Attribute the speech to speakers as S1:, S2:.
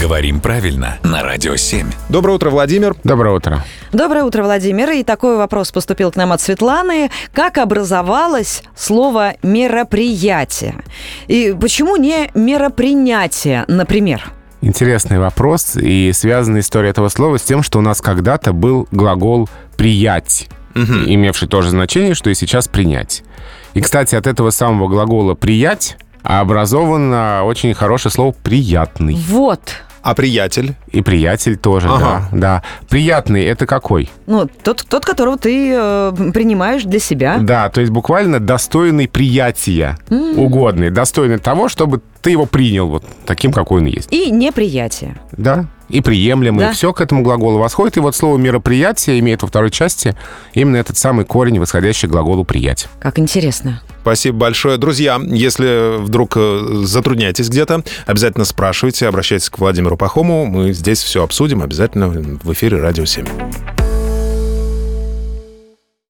S1: Говорим правильно на Радио 7.
S2: Доброе утро, Владимир.
S3: Доброе утро.
S4: Доброе утро, Владимир. И такой вопрос поступил к нам от Светланы. Как образовалось слово «мероприятие»? И почему не «меропринятие», например?
S3: Интересный вопрос и связана история этого слова с тем, что у нас когда-то был глагол «приять», имевший то же значение, что и сейчас «принять». И, кстати, от этого самого глагола «приять» образовано очень хорошее слово «приятный».
S4: Вот.
S2: А приятель?
S3: И приятель тоже,
S2: Ага.
S3: да, да. Приятный это какой?
S4: Ну, тот, тот которого ты э, принимаешь для себя.
S3: Да, то есть буквально достойный приятия, угодный, достойный того, чтобы ты его принял вот таким, какой он есть.
S4: И неприятие.
S3: Да. И приемлемый.
S4: Да.
S3: Все к этому глаголу восходит. И вот слово мероприятие имеет во второй части именно этот самый корень, восходящий к глаголу приять.
S4: Как интересно.
S2: Спасибо большое. Друзья, если вдруг э, затрудняетесь где-то, обязательно спрашивайте, обращайтесь к Владимиру Пахому. Мы здесь все обсудим обязательно в эфире «Радио 7».